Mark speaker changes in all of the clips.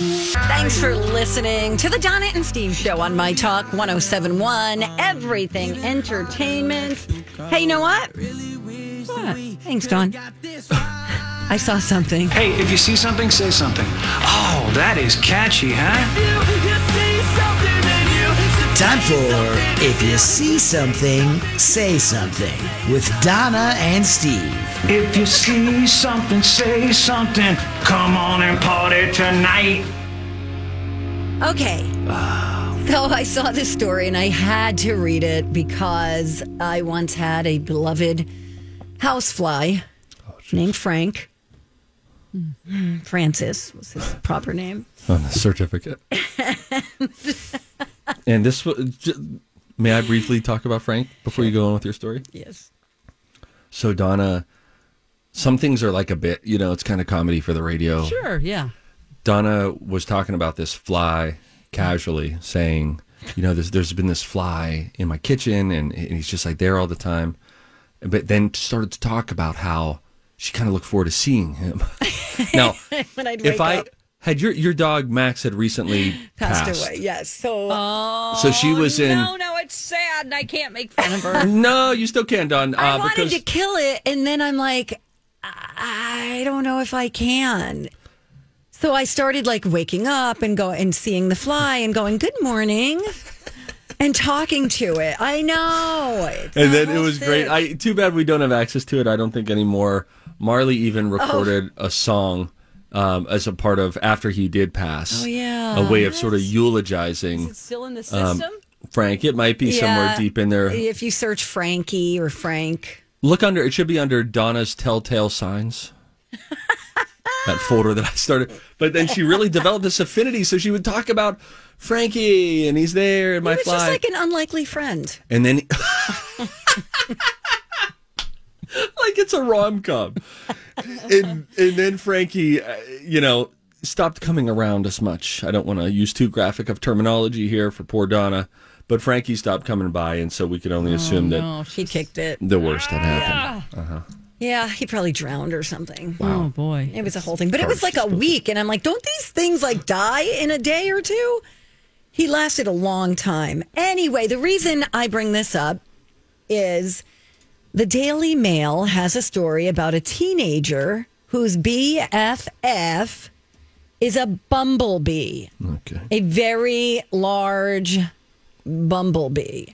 Speaker 1: Thanks for listening to the Donna and Steve show on My Talk 1071, Everything Entertainment. Hey, you know what? What? Thanks, Don. I saw something.
Speaker 2: Hey, if you see something, say something. Oh, that is catchy, huh?
Speaker 3: Time for If You See Something, Say Something with Donna and Steve.
Speaker 2: If you see something, say something. Come on and party tonight.
Speaker 1: Okay. So I saw this story and I had to read it because I once had a beloved housefly named Frank. Hmm, Francis was his proper name.
Speaker 4: on the certificate. and this wa- j- may I briefly talk about Frank before you go on with your story?
Speaker 1: Yes.
Speaker 4: So Donna, some things are like a bit, you know, it's kind of comedy for the radio.
Speaker 5: Sure, yeah.
Speaker 4: Donna was talking about this fly casually, saying, you know, there's, there's been this fly in my kitchen and, and he's just like there all the time. But then started to talk about how she kind of looked forward to seeing him. now,
Speaker 1: When I'd wake
Speaker 4: if I
Speaker 1: up,
Speaker 4: had your, your dog Max had recently
Speaker 1: passed, away. Yes. So Oh,
Speaker 4: So she was in.
Speaker 5: No, no, it's sad, and I can't make fun of her.
Speaker 4: No, you still can, Don.
Speaker 1: I
Speaker 4: uh,
Speaker 1: wanted
Speaker 4: because
Speaker 1: to kill it, and then I'm like, I I don't know if I can. So I started like waking up and go and seeing the fly and going, "Good morning," and talking to it. I know. It's
Speaker 4: and then
Speaker 1: not
Speaker 4: it was great.
Speaker 1: sick.
Speaker 4: I too bad we don't have access to it. I don't think anymore. Marley
Speaker 1: Oh.
Speaker 4: even recorded a song um, as a part of after he did pass.
Speaker 1: Oh, yeah.
Speaker 4: a way of sort of eulogizing
Speaker 5: It's still in the
Speaker 4: Um,
Speaker 5: system.
Speaker 4: Frank. It might be somewhere
Speaker 1: Yeah.
Speaker 4: deep in there.
Speaker 1: if you search Frankie or Frank,
Speaker 4: Look under. It should be under Donna's telltale signs. that folder that I started, but then she really developed this affinity. So she would talk about Frankie, and he's there, and my
Speaker 1: it was
Speaker 4: fly.
Speaker 1: just like an unlikely friend.
Speaker 4: And then, like it's a rom com, and and then Frankie, uh, you know, stopped coming around as much. I don't want to use too graphic of terminology here for poor Donna, but Frankie stopped coming by, and so we could only assume
Speaker 5: Oh, she kicked it.
Speaker 4: that the worst had happened.
Speaker 1: Yeah, he probably drowned or something.
Speaker 5: Oh boy.
Speaker 1: It was a whole thing, but it was like a week, and I'm like, don't these things like die in a day or two? He lasted a long time. Anyway, the reason I bring this up is the Daily Mail has a story about a teenager whose BFF is a bumblebee,
Speaker 5: Ah!
Speaker 4: Okay.
Speaker 1: a very large bumblebee.
Speaker 5: Have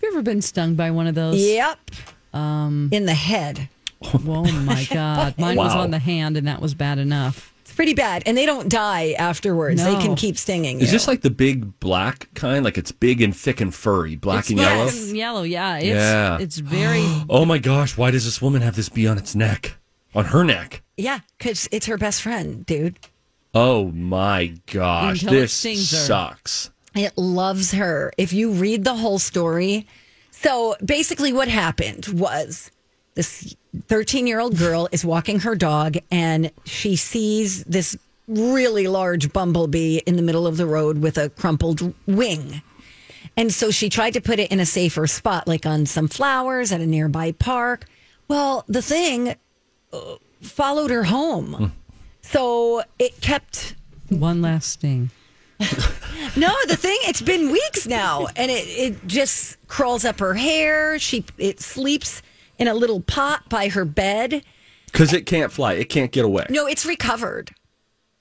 Speaker 5: you ever been stung by one of those?
Speaker 1: Yep.
Speaker 4: Um.
Speaker 1: in the head.
Speaker 5: Oh my god, mine was
Speaker 4: Wow.
Speaker 5: on the hand, and that was bad enough.
Speaker 1: It's pretty bad, and they don't die afterwards. They
Speaker 5: No.
Speaker 1: can keep stinging.
Speaker 4: Is
Speaker 1: you.
Speaker 4: this like the big black kind? Like it's big and thick and furry, black and
Speaker 5: Black
Speaker 4: yellow.
Speaker 5: and yellow, yeah. It's,
Speaker 4: Yeah.
Speaker 5: It's very.
Speaker 4: Oh my gosh! Why does this woman have this bee on its neck? On her neck.
Speaker 1: Yeah, because it's her best friend, dude.
Speaker 4: Oh my gosh!
Speaker 5: Until it
Speaker 4: this
Speaker 5: stings her.
Speaker 4: sucks.
Speaker 1: It loves her. If you read the whole story. So basically, what happened was this 13 year old girl is walking her dog and she sees this really large bumblebee in the middle of the road with a crumpled wing. And so she tried to put it in a safer spot, like on some flowers at a nearby park. Well, the thing uh, followed her home. So it kept
Speaker 5: One last sting.
Speaker 1: no, the thing it's been weeks now, and it it just crawls up her hair. She it sleeps in a little pot by her bed.
Speaker 4: Because it can't fly. It can't get away.
Speaker 1: No, it's recovered.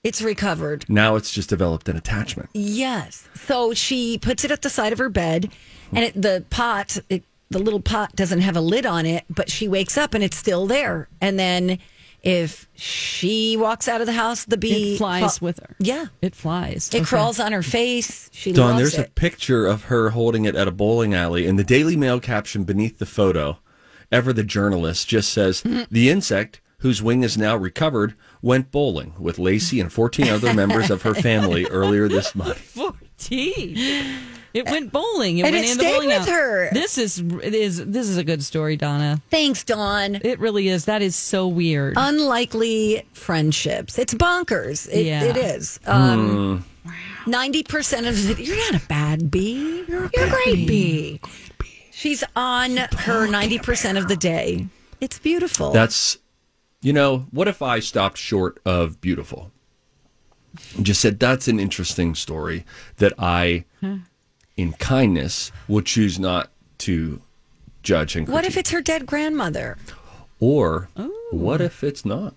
Speaker 1: It's recovered.
Speaker 4: Now it's just developed an attachment.
Speaker 1: Yes. So she puts it at the side of her bed, and it, the pot, it, the little pot doesn't have a lid on it, but she wakes up and it's still there. And then if she walks out of the house, the bee
Speaker 5: It flies with her.
Speaker 1: Yeah.
Speaker 5: It flies.
Speaker 1: It
Speaker 5: Okay.
Speaker 1: crawls on her face. She
Speaker 4: Don,
Speaker 1: loves
Speaker 4: there's
Speaker 1: it.
Speaker 4: a picture of her holding it at a bowling alley, and the Daily Mail caption beneath the photo, ever the journalist, just says, The insect, whose wing is now recovered, went bowling with Lacey and 14 other members of her family earlier this month.
Speaker 5: 14. It went bowling. It
Speaker 1: Uh, And
Speaker 5: went
Speaker 1: it
Speaker 5: in the
Speaker 1: stayed
Speaker 5: bowling
Speaker 1: with
Speaker 5: alley.
Speaker 1: her.
Speaker 5: This is it is this is a good story, Donna.
Speaker 1: Thanks, Dawn.
Speaker 5: It really is. That is so weird.
Speaker 1: unlikely friendships. It's bonkers. It,
Speaker 5: Yeah.
Speaker 1: it is. Um, 90% of the, you're not a bad bee. You're, a great bee. She's on her 90% of the day. It's beautiful.
Speaker 4: That's, you know, what if I stopped short of beautiful? just said that's an interesting story that I, in kindness, will choose not to judge and critique.
Speaker 1: What if it's her dead grandmother?
Speaker 4: or what if it's not?